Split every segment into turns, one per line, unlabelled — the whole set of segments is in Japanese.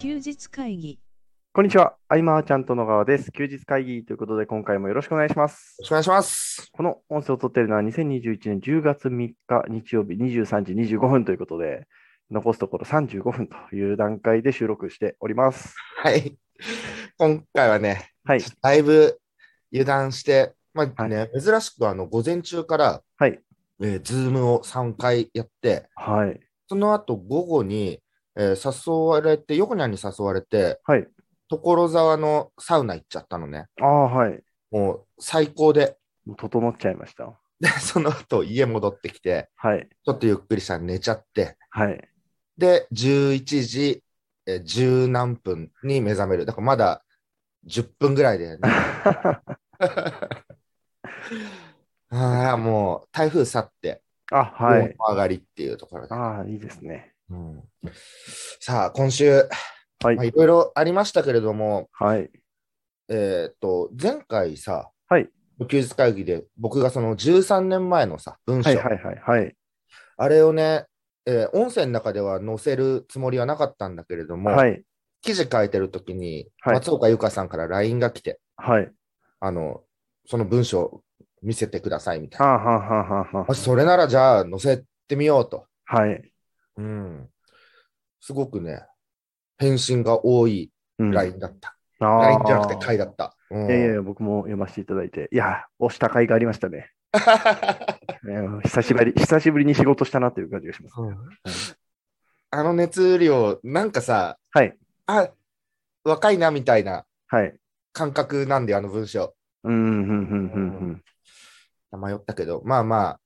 休日会議。
こんにちは。アイマーちゃんと野川です。休日会議ということで、今回もよろしくお願いします
よろ。しくお願いします。
この音声を撮っているのは2021年10月3日日曜日23時25分ということで、残すところ35分という段階で収録しております。
はい。今回はね、
はい。
だいぶ油断して、ま
は
あ
い
ね、珍しくあの午前中から、
はい。
えー、ズームを3回やって、
はい。
その後午後に、えー誘われて、横にゃんに誘われて、
はい。
所沢のサウナ行っちゃったのね。
ああ、はい。
もう最高で。
もう整っちゃいました。
で、その後家戻ってきて、
はい。
ちょっとゆっくりしたら寝ちゃって、
はい。
で、11時、えー、10何分に目覚める。だからまだ10分ぐらいで、ね、 ああ、もう台風去って、
あ、は
もう
い。
上がりっていうところで。
ああ、いいですね。
うんさあ、今週、
はい
まあ、。いろいろありましたけれども、
はい。
えっ、と、前回さ、
はい。
休日会議で僕がその13年前のさ、文章、
はい。はい。はい。はい。
あれをね、えー音声の中では載せるつもりはなかったんだけれども、
はい。
記事書いてる時に、
はい
松岡由香さんから LINE が来て、
はい。
あの、その文章見せてくださいみたい
はあ、
な。
はあ、はあ、は
あそれならじゃあ載せてみようと。
あ。はい。
うん。すごくね、返信が多い
うん
LINE だった。
あー
LINE じゃなくて回だった。うん
いやいやい や、僕も読ませていただいて、いや、押した甲斐がありましたね。いや久しぶり、久しぶりに仕事したなという感じがします。
あの熱量、なんかさ、
はい。
あ、若いなみたいな
はい。
感覚なんで、あの文章。
うん、うん、うん、うん、
迷ったけど、まあまあ、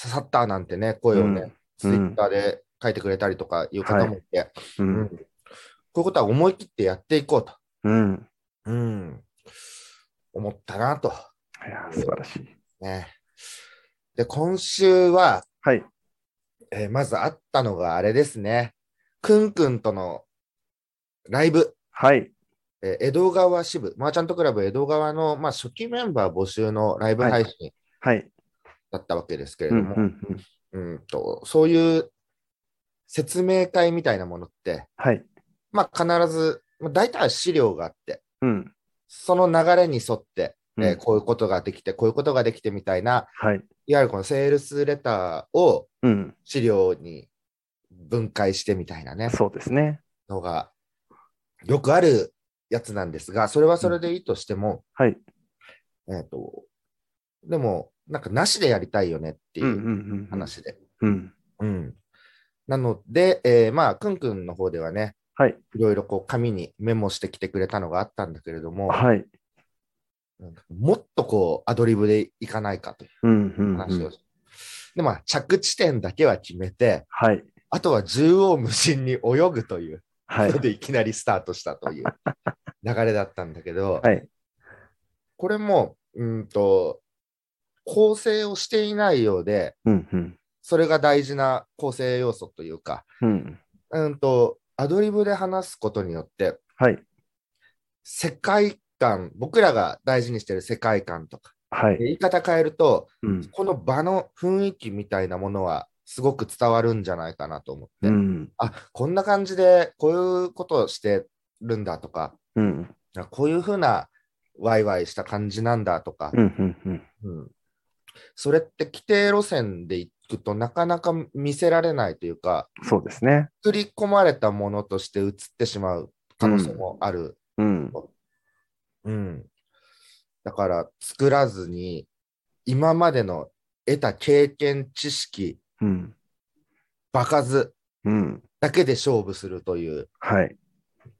刺さったなんてね、声をね、
う
ツイ
ん
ッターで書いてくれたりとかいう方もいて、
う
うん
ん、
こういうことは思い切ってやっていこうと、
うん。うん
うん、思ったなと。
いや、素晴らしい。
ね、で、今週は、
はい。
えーまずあったのがあれですね。くんくんとのライブ、
はい。
えー江戸川支部、マーチャントクラブ江戸川の、まあ、初期メンバー募集のライブ
はい
配信
はい。
だったわけですけれ
う
ど
ん、
も、
うん、うん。
うんとそういう説明会みたいなものって、
はい。
まあ、必ず、まあ、大体は資料があって、
うん。
その流れに沿って、えー
うん
こういうことができて、こういうことができてみたいな、
はい。
いわゆるこのセールスレターを
うん。
資料に分解してみたいなね、
そうですね。
のがよくあるやつなんですが、それはそれでいいとしても、
はい。
えっ、と、でも、なんかなしでやりたいよねって
うん、う、
いうん
うん。。
話で。
うん。
うんなので、えーまあ、くんくんの方ではね、
はい。
いろいろこう紙にメモしてきてくれたのがあったんだけれども、
はい。
うんもっとこうアドリブでいかないかとい
うん、う。
うん
う
話を
ん
で、まあ、着地点だけは決めて、
はい。
あとは縦横無尽に泳ぐという
はい
の。でいきなりスタートしたという 流れだったんだけど、
はい。
これも、うんと、構成をしていないようで、
うん、うん。
それが大事な構成要素というか、
うん。
うんと、アドリブで話すことによって、
はい。
世界観、僕らが大事にしてる世界観とか、
はい。
言い方変えると、
うん。
この場の雰囲気みたいなものはすごく伝わるんじゃないかなと思って、
うん。
あこんな感じでこういうことをしてるんだとか、
うん。
あこういうふうなワイワイした感じなんだとか、
うん、うん、うん。
うんそれって規定路線でいくとなかなか見せられないというか、
そうですね。
作り込まれたものとして映ってしまう可能性もある。
うん。
うん、だから作らずに今までの得た経験、知識、
うん。
場数
うん。
だけで勝負するという
はい。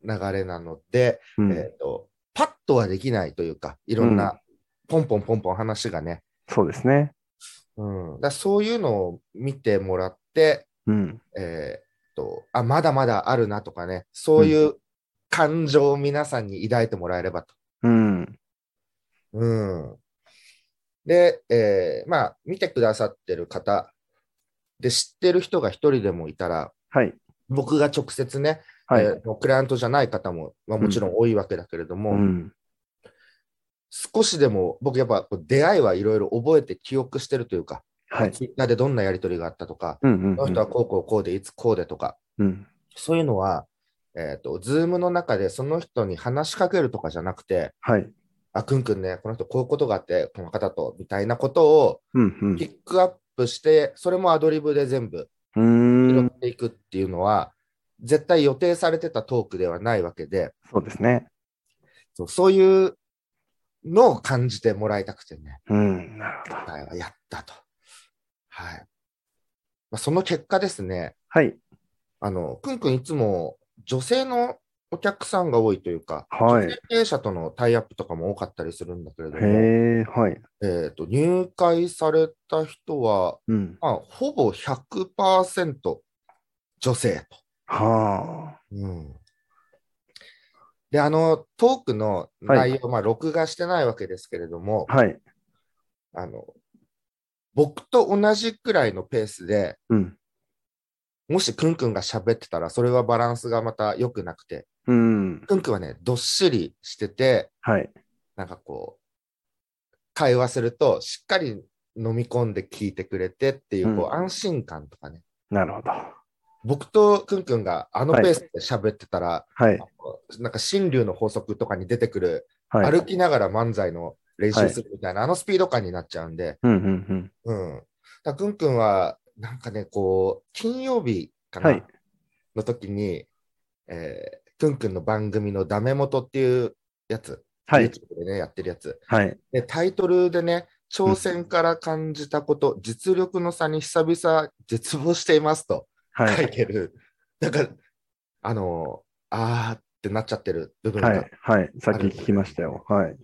流れなので、
うん
えー、とパッとはできないというか、いろんなポンポンポンポン話がね、
そうですね。
うん、だからそういうのを見てもらって、
うん。
えー、とあまだまだあるなとかね、そういう感情を皆さんに抱いてもらえればと。
うん。
うん、で、えーまあ、見てくださってる方で知ってる人が一人でもいたら、
はい。
僕が直接ね、
はい。
えーもうクライアントじゃない方も、まあ、もちろん多いわけだけれども、
うん。
少しでも僕やっぱこう出会いはいろいろ覚えて記憶してるというか、
はい。
ツイッターでどんなやり取りがあったとか、
うん。うん
この人はこうこうこうでいつこうでとか、
うん。
そういうのはえっ、と、ズームの中でその人に話しかけるとかじゃなくて、
はい。
あ、くんくんね、この人こういうことがあって、この方と、みたいなことを
うんうん
ピックアップして、それもアドリブで全部
うー
拾
ん。
っていくっていうのは、絶対予定されてたトークではないわけで、
そうですね。
そうそういうのを感じてもらいたくてね、
うん。なるほど。
今回はやったと。はい。まあ、その結果ですね、
はい。
あの、くんくんいつも女性のお客さんが多いというか、
はい
女性経営者とのタイアップとかも多かったりするんだけれども、
へえ、はい。
えーと入会された人は、
うん。
まあ、ほぼ100%女性と。
はあ。
うんで、あの、トークの
はい
内容、まあ、録画してないわけですけれども、
はい。
あの、僕と同じくらいのペースで、
うん。
もしくんくんが喋ってたら、それはバランスがまた良くなくて、
うん。
くんくんはね、どっしりしてて、
はい。
なんかこう、会話すると、しっかり飲み込んで聞いてくれてっていう、こ
うん
う、安心感とかね。
なるほど。
僕とくんくんがあの
はい
ペースで喋ってたら、
はい。
なんか新竜の法則とかに出てくる、
はい。
歩きながら漫才の練習するみたいな、あのスピード感になっちゃうんで、
うんうんうん。
うん。だからくんくんは、なんかね、こう、金曜日かな、
はい
の時に、えー、くんくんの番組のダメ元っていうやつ、
はい。
YouTube でね、やってるやつ。
はい。
で、タイトルでね、挑戦から感じたこと、実力の差に久々絶望していますと。
は
書い
い。
てる、なんか、あのー、あーってなっちゃってる部分が、
はい。はい。さっき聞きましたよ。はい。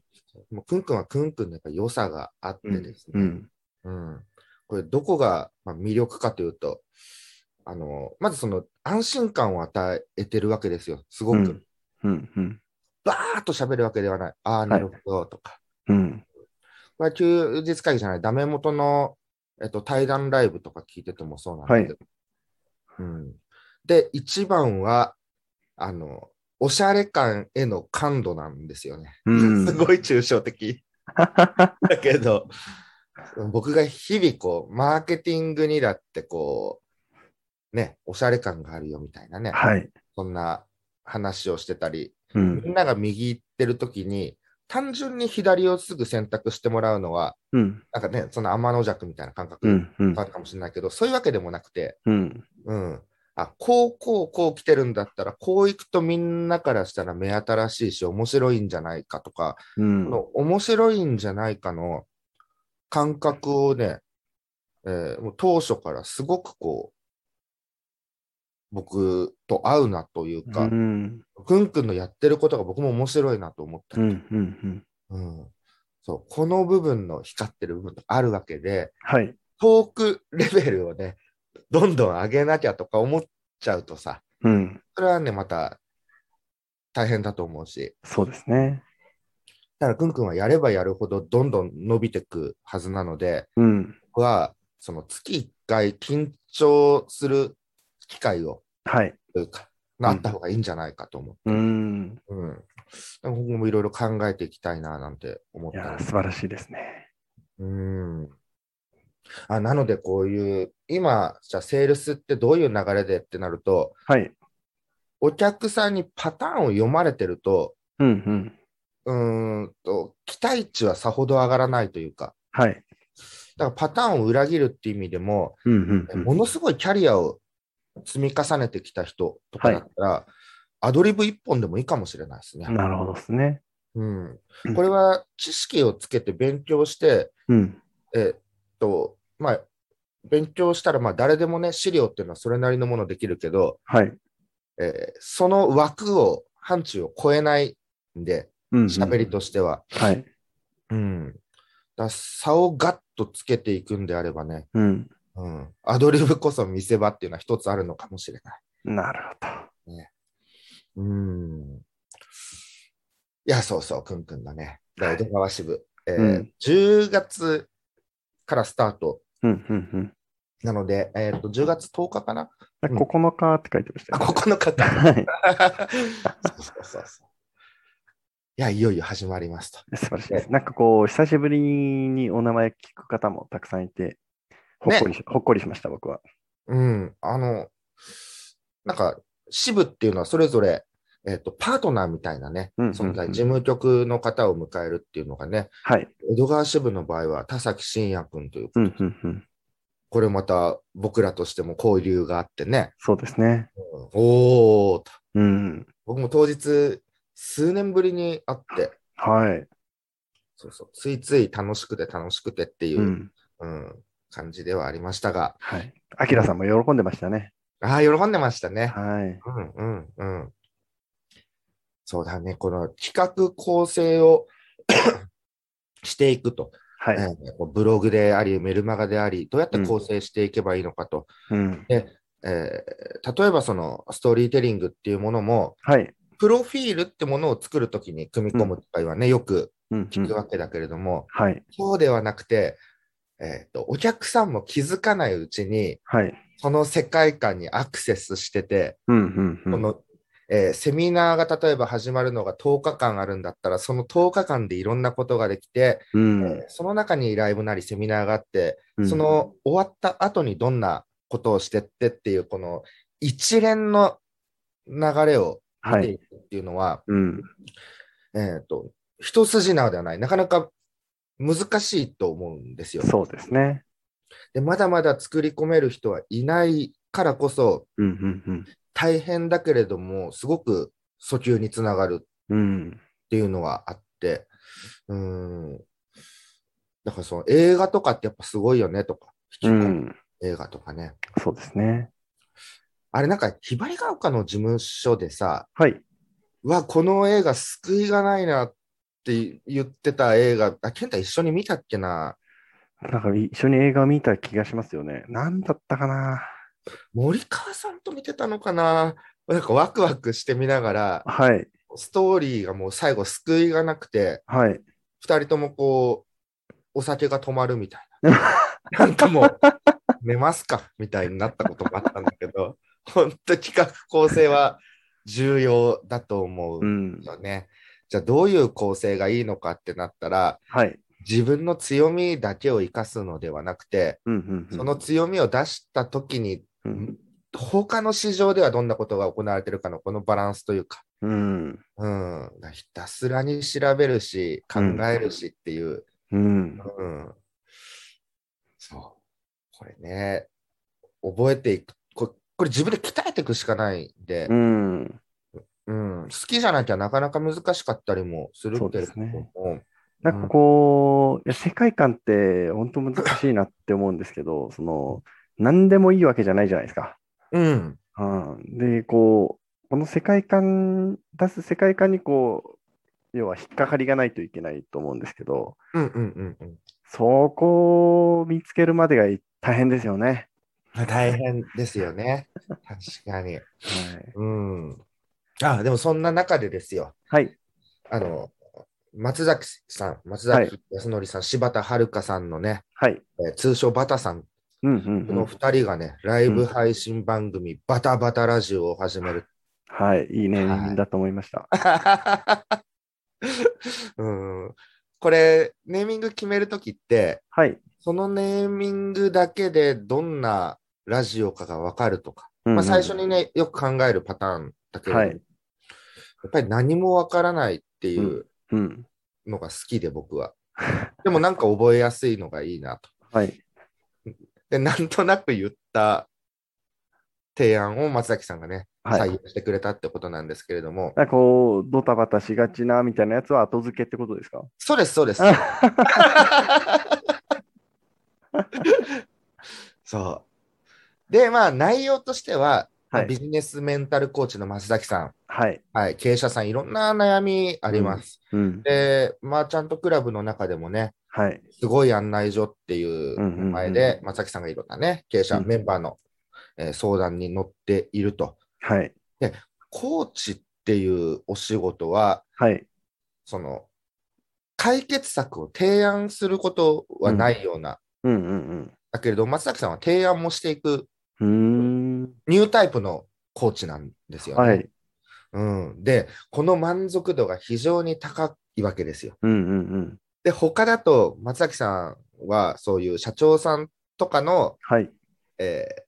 もうくんくんはくんくんのやっぱ良さがあってです
う
ね、
ん。
うんこれ、どこがまあ魅力かというと、あのーまずその安心感を与えてるわけですよ、すご
う
く。
ん。うん。うん。
バーっと喋るわけではない、ああ、なるほどとか、
うん。
これは休日会議じゃない、ダメ元の、えっと、対談ライブとか聞いててもそうなんだけど。うん、で、一番は、あの、おしゃれ感への感度なんですよね。
うん
すごい抽象 的だけど、僕が日々こう、マーケティングにだってこう、ね、おしゃれ感があるよみたいなね、
はい。
そんな話をしてたり、
うん。
みんなが右行ってる時に、単純に左をすぐ選択してもらうのは、
うん。
なんかね、その天の弱みたいな感覚
うん。うん
あ。るかもしれないけど、そういうわけでもなくて、
うん。
うん。あ、こう、こう、こう来てるんだったら、こう行くとみんなからしたら目新しいし、面白いんじゃないかとか、
うん
この面白いんじゃないかの感覚をね、えーもう当初からすごくこう、僕と合うなという
う
か、
ん。
くんくんのやってることが僕も面白いなと思った
う。ん。うん。
うん。そう、この部分の光ってる部分とかあるわけで、
はい。
トークレベルをね、どんどん上げなきゃとか思っちゃうとさ、
うん。
それはね、また大変だと思うし、
そうですね。
だからくんくんはやればやるほどどんどん伸びてくはずなので、
うん。
僕はその月1回緊張する機会を、
はい。
というか、あった方がいいんじゃないかと思
うーん。
う。うん。今後もいろいろ考えていきたいななんて思っ
い
た
やー、
り
素晴らしいですね。
うんあなので、こういう、今、じゃあセールスってどういう流れでってなると、
はい。
お客さんにパターンを読まれてると、
うんうん。
うーんと、期待値はさほど上がらないというか、
はい。
だからパターンを裏切るっていう意味でも、
うんうんう
も
ん。
のすごいキャリアを積み重ねてきた人とかだったら、アドリブ一本でもいいかもしれないですね。
なるほどですね。
うん、これは知識をつけて勉強して、
うん。
えっと、まあ、勉強したら、まあ、誰でもね、資料っていうのはそれなりのものできるけど、
はい。
えーその枠を、範疇を超えないんで、
うんうん
喋り。としては。
はい。
うん。だ差をガッとつけていくんであればね、
うん。
うん、アドリブこそ見せ場っていうのは一つあるのかもしれない。
なる
うん。いや、そうそう、くんくんがね、
はい
江戸川支部、えー
うん
10月からスタート
ほど。うんうんうん。
なので、えー、と10月10日かなうん
9日って書いてました
あ、
よね。
9日 か。
はい。
そうそうそうそう。いや、いよいよ始まりますと。
素晴らしいです。なんかこう、久しぶりにお名前聞く方もたくさんいて、ほっこりし,、ほっこりしました、僕は。
うん、あの、なんか、支部っていうのはそれぞれ、えっ、と、パートナーみたいなね、
うんうんうん
存在、事務局の方を迎えるっていうのがね、
はい。
江戸川支部の場合は田崎真也君という、
うんうんうん。
これまた僕らとしても交流があってね、
そうですね。
おーと、
うん。
僕も当日、数年ぶりに会って、
はい。
そうそう、ついつい楽しくて楽しくてっていう、
う
うん
ん。
感じではありましたが、
はい。アキラさんも喜んでましたね。
ああ、喜んでましたね。
はい。
うんうんうん。そうだね、この企画構成を していくと、
はい。
えーこうブログであり、メルマガであり、どうやって構成していけばいいのかと、
うん。
えー例えばそのストーリーテリングっていうものも、
はい。
プロフィールってものを作るときに組み込むとかはね、よく
うん、う
聞く
ん。
わけだけれども、
はい。
そうではなくて、えーと、お客さんも気づかないうちに、
はい。
その世界観にアクセスしてて、
うん、うん、う
こ
ん。
の、えーセミナーが例えば始まるのが10日間あるんだったら、その10日間でいろんなことができて、
うん
えー。その中にライブなりセミナーがあって、
うん
そ、の終わった後にどんなことをしてってっていう、この一連の流れを
は
見て
い。
いくっていうのは、
うん。
えっ、と、一筋縄ではない、なかなか難しいと思うんですよ。
そうですね。
でまだまだ作り込める人はいないからこそ、
うん、うん、
大変だけれども、すごく訴求につながるっ
うん。うん。
ていうのはあって、うーん。だからその映画とかってやっぱすごいよねとか、
う
引き込む
ん。
映画とかね。
そうですね。
あれなんか、ひばりが丘の事務所でさ、
はい。
うわ、この映画救いがないなって言ってた映画、あ、健太一緒に見たっけな
なんか一緒に映画を見た気がしますよね。なんだったかな
森川さんと見てたのかななんかワクワクしてみながら、
はい。
ストーリーがもう最後救いがなくて、
はい。
二人ともこう、お酒が止まるみたいな。なんかもう、寝ますかみたいになったこともあったんだけど、 本当企画構成は重要だと思う
う。ん。
よね。じゃあどういう構成がいいのかってなったら
はい。
自分の強みだけを生かすのではなくて
うん、うんうん。
その強みを出した時に
うん、
他の市場ではどんなことが行われてるかのこのバランスというか、
うん。
うん、ひたすらに調べるし考えるしっていう、
うん。
うんそうこれね覚えていくこれこれ自分で鍛えていくしかないんで
う、ん。
うん、好きじゃなきゃなかなか難しかったりもするけれど
そうですね
も。
なんかこう、いや世界観って本当難しいなって思うんですけど、その、何でもいいわけじゃないじゃないですか。
うん。
うん、で、こう、この世界観、出す世界観にこう、要は引っかかりがないといけないと思うんですけど、
うんうんうんうん
そこを見つけるまでが大変ですよね。
まあ。大変ですよね。確かに。
はい。
うん。あ、でもそんな中でですよ。
はい。
あの、松崎さん、松
はい
崎康則さん、柴田遥さんのね、
はい。
えー通称バタさん、
うんうん
こ
う
の
ん。
2人がね、ライブ配信番組、バタバタラジオを 始める。
はい。いいネーミングだと思いました。
うん、これ、ネーミング決めるときって、
はい。
そのネーミングだけでどんなラジオかがわかるとか、
うんうん
まあ、最初にね、よく考えるパターンだけど、
はい
やっぱり何もわからないっていう
うん。
のが好きで、僕は。でもなんか覚えやすいのがいいなと。
はい。
で、なんとなく言った提案を松崎さんがね、
はい。
採用してくれたってことなんですけれども、
なんかこう、ドタバタしがちなみたいなやつは後付けってことですか
そうです、 そうです。そう。で、まあ、内容としては、
はい
ビジネスメンタルコーチの松崎さん、
はい。
はい、経営者さん、いろんな悩みあります。
うん。
で、マーチャントクラブの中でもね、
はい。
すごい案内所ってい
うんうん
う
うん
名前で、松崎さんがいろんなね、経営者、
うん
メンバーの、えー相談に乗っていると。
はい。
コーチっていうお仕事は、
はい。
その、解決策を提案することはないような、
うんうん
だけれど、松崎さんは提案もしていく
うん。う
ニュータイプのコーチなんです
ーん。
よね。
はい。
うん、で、この満足度が非常に高いわけですよ。
うんうんうん。
で、他だと松崎さんはそういう社長さんとかの、
はい。
えー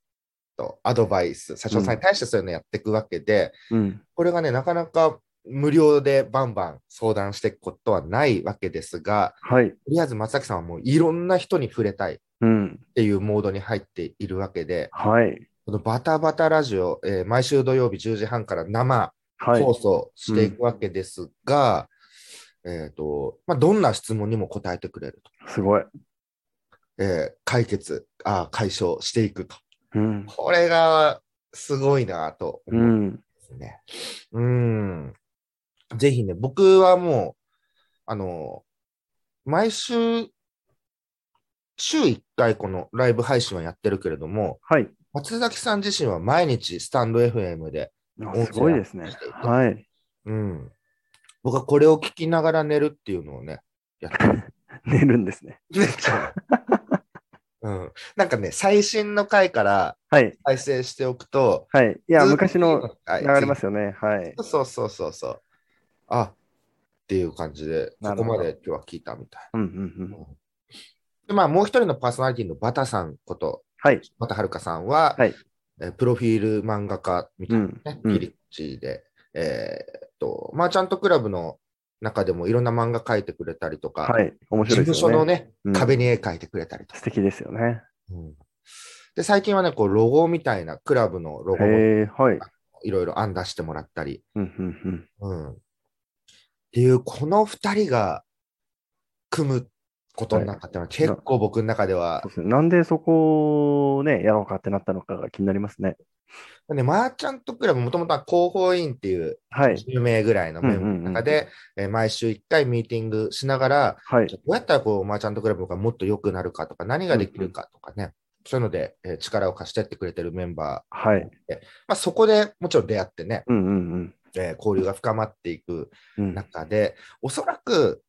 とアドバイス、社長さんに対してそういうのやっていくわけで、
うん。
これがね、なかなか無料でバンバン相談していくことはないわけですが、
はい。
とりあえず松崎さんはもういろんな人に触れたいっ
うん。
ていうモードに入っているわけで、
はい。
このバタバタラジオ、えー毎週土曜日10時半から生
はい。
放送していくわけですが、えっ、と、まあ、どんな質問にも答えてくれる
すごい。
と、えー解決あー、解消していくと。
うん。
これがすごいなと
う
思うん
ん。
ですね。うん。ぜひね、僕はもう、あの、毎週、週1回このライブ配信はやってるけれども、
はい。
松崎さん自身は毎日スタンド FM で、
あすごいですね。はい。
うん。僕はこれを聞きながら寝るっていう のをね、やってる。
寝るんですね。
うん。なんかね、最新の回から
はい。
再生しておくと、
はい。い
い
や、昔の流れますすよね。はい。
そうそうそうそう。あっていう感じで、
な
こ
るほ
こ
ど
まで今日は聞いたみたい。
うんうんうん。
で、まあ、もう一人のパーソナリティのバタさんこと、
はい。
バタはるかさんは、
はい
えープロフィール漫画家みた
う
いな、
ん。
ね
うん
切り口で、えーっと、マーチャントクラブの中でもいろんな漫画描いてくれたりとか、
はい。面
事
白いです
務所の
よね。
ね、
うん
壁に絵描いてくれたりとか。
素敵ですよね。
うんで、最近はね、こう、ロゴみたいな、クラブのロゴも
へえ、はい。
いろいろ案出してもらったり、
うんうん
うん。っていう、この二人が組むことの中ってのは、結構僕の中では
そう、ですねなんでそこをね、やろうかってなったのかが気になりますね。
ね、マーチャントクラブ、もともとは広報委員っていう
はい。
10名ぐらいのメンバーの中で、えー毎週1回ミーティングしながら、
はい。
どうやったらこうマーチャントクラブがもっと良くなるかとか、何ができるかとかね、そういうので、えー力を貸してってくれてるメンバ
はい。
ー、まあ、そこでもちろん出会ってね、
うんうん
えー交流が深まっていく
うん。うん
中で、おそらく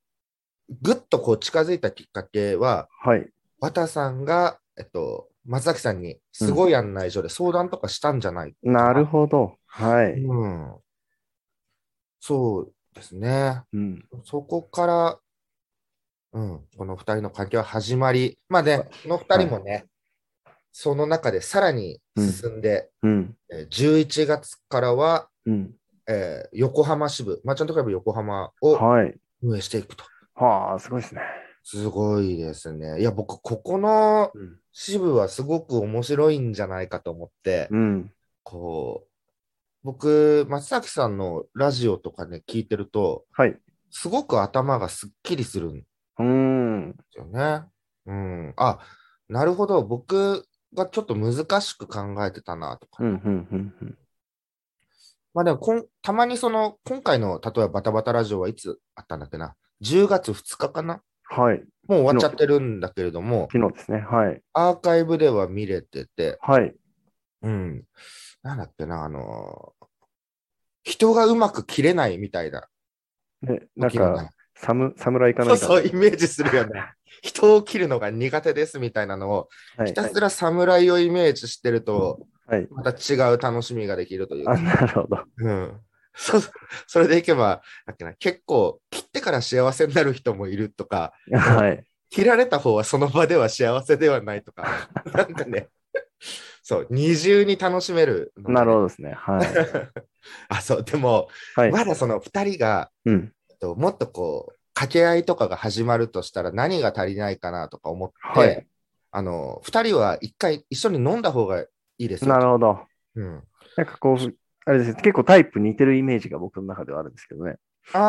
ぐっとこう近づいたきっかけは、
はい。
和田さんが、えっと、松崎さんにすごい案内所で相談とかしたんじゃないか
なるほど。はい。
うん。そうですね。
うん。
そこから、うん、この2人の関係は始まり、まあね、この2人もね、その中でさらに進んで、
うん。
えー11月からは、
うん。
えー横浜支部、マーチャントクラブ横浜を
はい。
運営していくと。
はあ、すごいですね。
すごいですね。いや、僕、ここの
うん。
支部はすごく面白いんじゃないかと思って、
うん。
こう、僕、松崎さんのラジオとかね、聞いてると、
はい。う
すごく頭がすっきりするんで
ーん。
すよね。うん。あ、なるほど。僕がちょっと難しく考えてたなとか。
うん。うん。うん。うん
まあでもこん、たまにその、今回の、例えばバタバタラジオはいつあったんだっけな。10月2日かな。
はい。
もう終わっちゃってるんだけれども、
昨日ですね。はい。
アーカイブでは見れてて、
はい。
うん。なんだっけな、あのー人がうまく切れないみたいな。
ね、なん
時のね
か、サム、侍か
そ
な
うん
かの。
そう、イメージするよね。 人を切るのが苦手ですみたいなのを、
はい
ひたすら侍をイメージしてると、
はい。
また違う楽しみができるという
あ、
か、
なるほど。
うん。そそれでいけばだっけな、結構、切ってから幸せになる人もいるとか、
はい。
切られた方はその場では幸せではない とか、なんかね、そう、二重に楽しめるのがね、
なるほどですね。はい。
あ、そう、でも、
はい。
まだその2人が、
うん。
えっともっとこう、掛け合いとかが始まるとしたら何が足りないかなとか思って、
はい
あの、2人は一回一緒に飲んだ方がいいですよ。
なるほど。
うん、
なんかこう、あれですね、結構タイプ似てるイメージが僕の中ではあるんですけどね。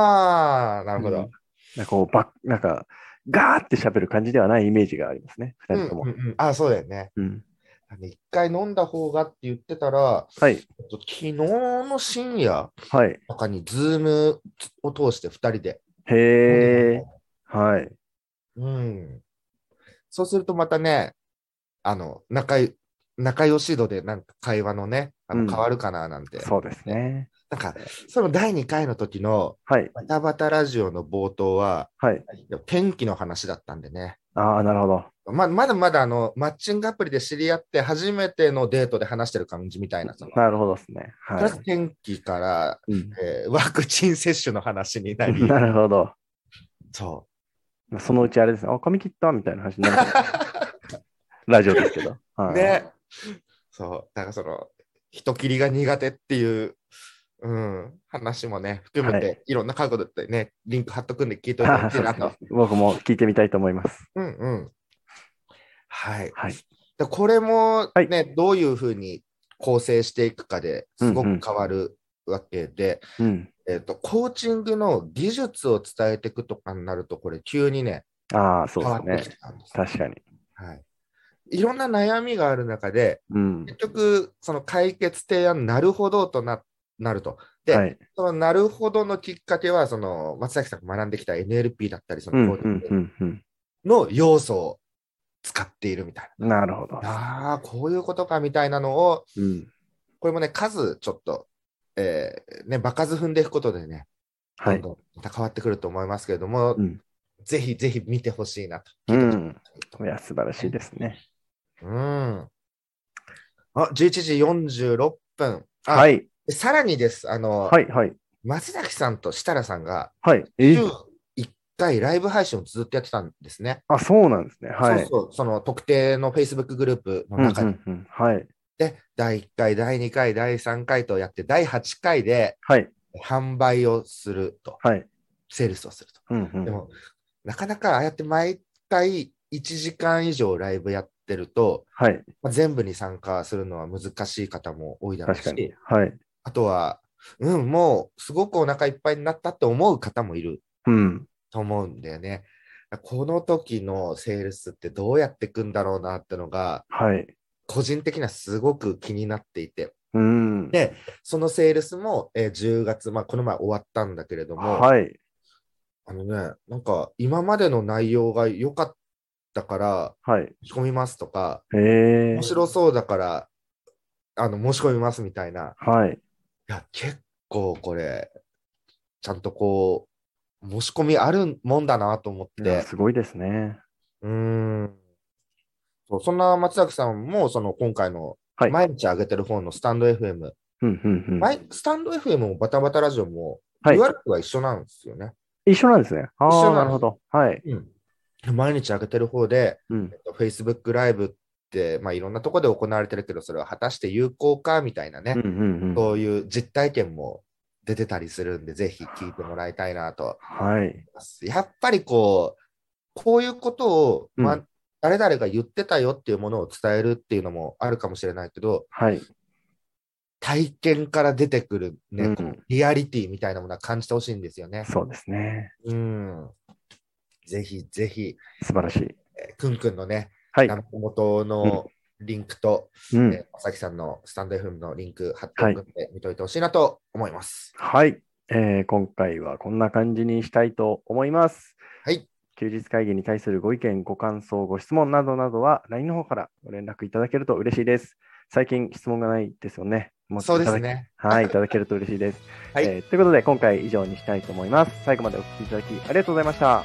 ああ、なるほど。
うんなんかこう、ばなんか、ガーって喋る感じではないイメージがありますね、二人とも
うん。うんうん、あそうだよね。
うん。
なんで一回飲んだ方がって言ってたら、
はい。
えっと昨日の深夜
はい。
とかに、ズームを通して2人で。
へえ。はい。
うん。そうするとまたね、あの、仲い仲良し度でなんか会話のね、あ
うん
の変わるかななんて。
そうですね。
なんか、その第2回の時の
はい。
バタバタラジオの冒頭は、
はい。
天気の話だったんでね。
ああ、なるほど。
ままだまだあの、マッチングアプリで知り合って初めてのデートで話してる感じみたいな。その
なるほどですね。は
とりあえず天気から、
い。うん
えーワクチン接種の話にな り、
なるほど。
そ
そのうちあれですね、あ、髪切ったみたいな話になるかも。ラジオですけど。
う。
はい。
ね。そう、だからその、人切りが苦手っていう、うん、話もね、含めて、、
はい
ろんな角度でね、リンク貼っとくんで聞いといてほ
あ
し
そ
い
で
うな
すね
と。
僕も聞いてみたいと思います。
うんうん。はい。
はい。
でこれも
はい
ね、どういうふうに構成していくかですごく変わるわけで、
うん。
えっと、コーチングの技術を伝えていくとかになると、これ急にね、
ああ、そ
変わっ
う
て
で
き
すね。
ちゃうんです。
確かに。
はい。いろんな悩みがある中で、
うん。
結局、その解決提案、なるほどとななると。で、
はい。
そのなるほどのきっかけは、その松崎さんが学んできた NLP だったり、そうの
ん
コ
う
ーチン
んう
グ
んうん。
の要素を使っているみたい
なるほど
な。。ああ、こういうことかみたいなのを、
うん。
これもね、数ちょっと、えーね、場数踏んでいくことでね、
はい。
どんどんまた変わってくると思いますけれども、
うん
ぜひぜひ見てほしいなと。
うん。いや、素晴らしいですね。
うん。あ、11時46分。あ
はい。
さらにです、あの、
はい。はい。
松崎さんと設楽さんが、
はい。え
週1回ライブ配信をずっとやってたんですね。
あ、そうなんですね。はい。
そうそう、その特定の Facebook グループの中
うんう
で、
んうん。はい。
第1回、第2回、第3回とやって、第8回で
はい。
販売をすると、
はい。
セールスをすると。
うんうん。
でも、なかなかああやって毎回1時間以上ライブやってると、
はい。
まあ、全部に参加するのは難しい方も多いだろう
確かに
し、。
はい。
あとは、うん、もうすごくお腹いっぱいになったって思う方もいる
うん。
と思うんだよね。この時のセールスってどうやっていくんだろうなってのが、
はい。
個人的にはすごく気になっていて、
うん。
でそのセールスも、えー10月、まあ、この前終わったんだけれども、
はい。
あのね、なんか今までの内容が良かったから
はい。
申し込みますとか、
ええ
面。白そうだからあの申し込みますみたいな、
はい。
いや、結構これ、ちゃんとこう、申し込みあるもんだなと思っ
いや
て、
すごいですね。
うーんそうそんな松崎さんも、その今回の
はい
毎日上げてる方のスタンド FM、
うんうんうん。
毎スタンド FM もバタバタラジオも、
はい
URL は一緒なんですよね。
一緒なんですね。あ
一緒な
あ、な
んです
るほど。はい。
毎日上げてる方で、
うん。
えっと Facebook ライブって、まあ、いろんなとこで行われてるけど、それは果たして有効かみたいなね、
うんうんうん。
そういう実体験も出てたりするんで、ぜひ聞いてもらいたいなと思
はい
い。ます。やっぱりこう、こういうことを、まあ
うん
誰々が言ってたよっていうものを伝えるっていうのもあるかもしれないけど、
はい。
体験から出てくる、ね
うん
こうリアリティみたいなものは感じてほしいんですよね。
そうですね。
うん、ぜひぜひ、
素晴らしい。
えーくんくんのね、
はい。
ダメ元のリンクと、
うん
え。ー、崎さんのスタンド FM のリンク貼っておくんで見といてほしいなと思います。
はい。えー今回はこんな感じにしたいと思います。
はい。
休日会議に対するご意見、ご感想、ご質問などなどは LINE の方からご連絡いただけると嬉しいです。最近質問がないですよね。も
そうで
いただ
す
け
ね。
はい、いただけると嬉しいです。
はい
えーということで、今回以上にしたいと思います。最後までお聞きいただきありがとうございました。
あ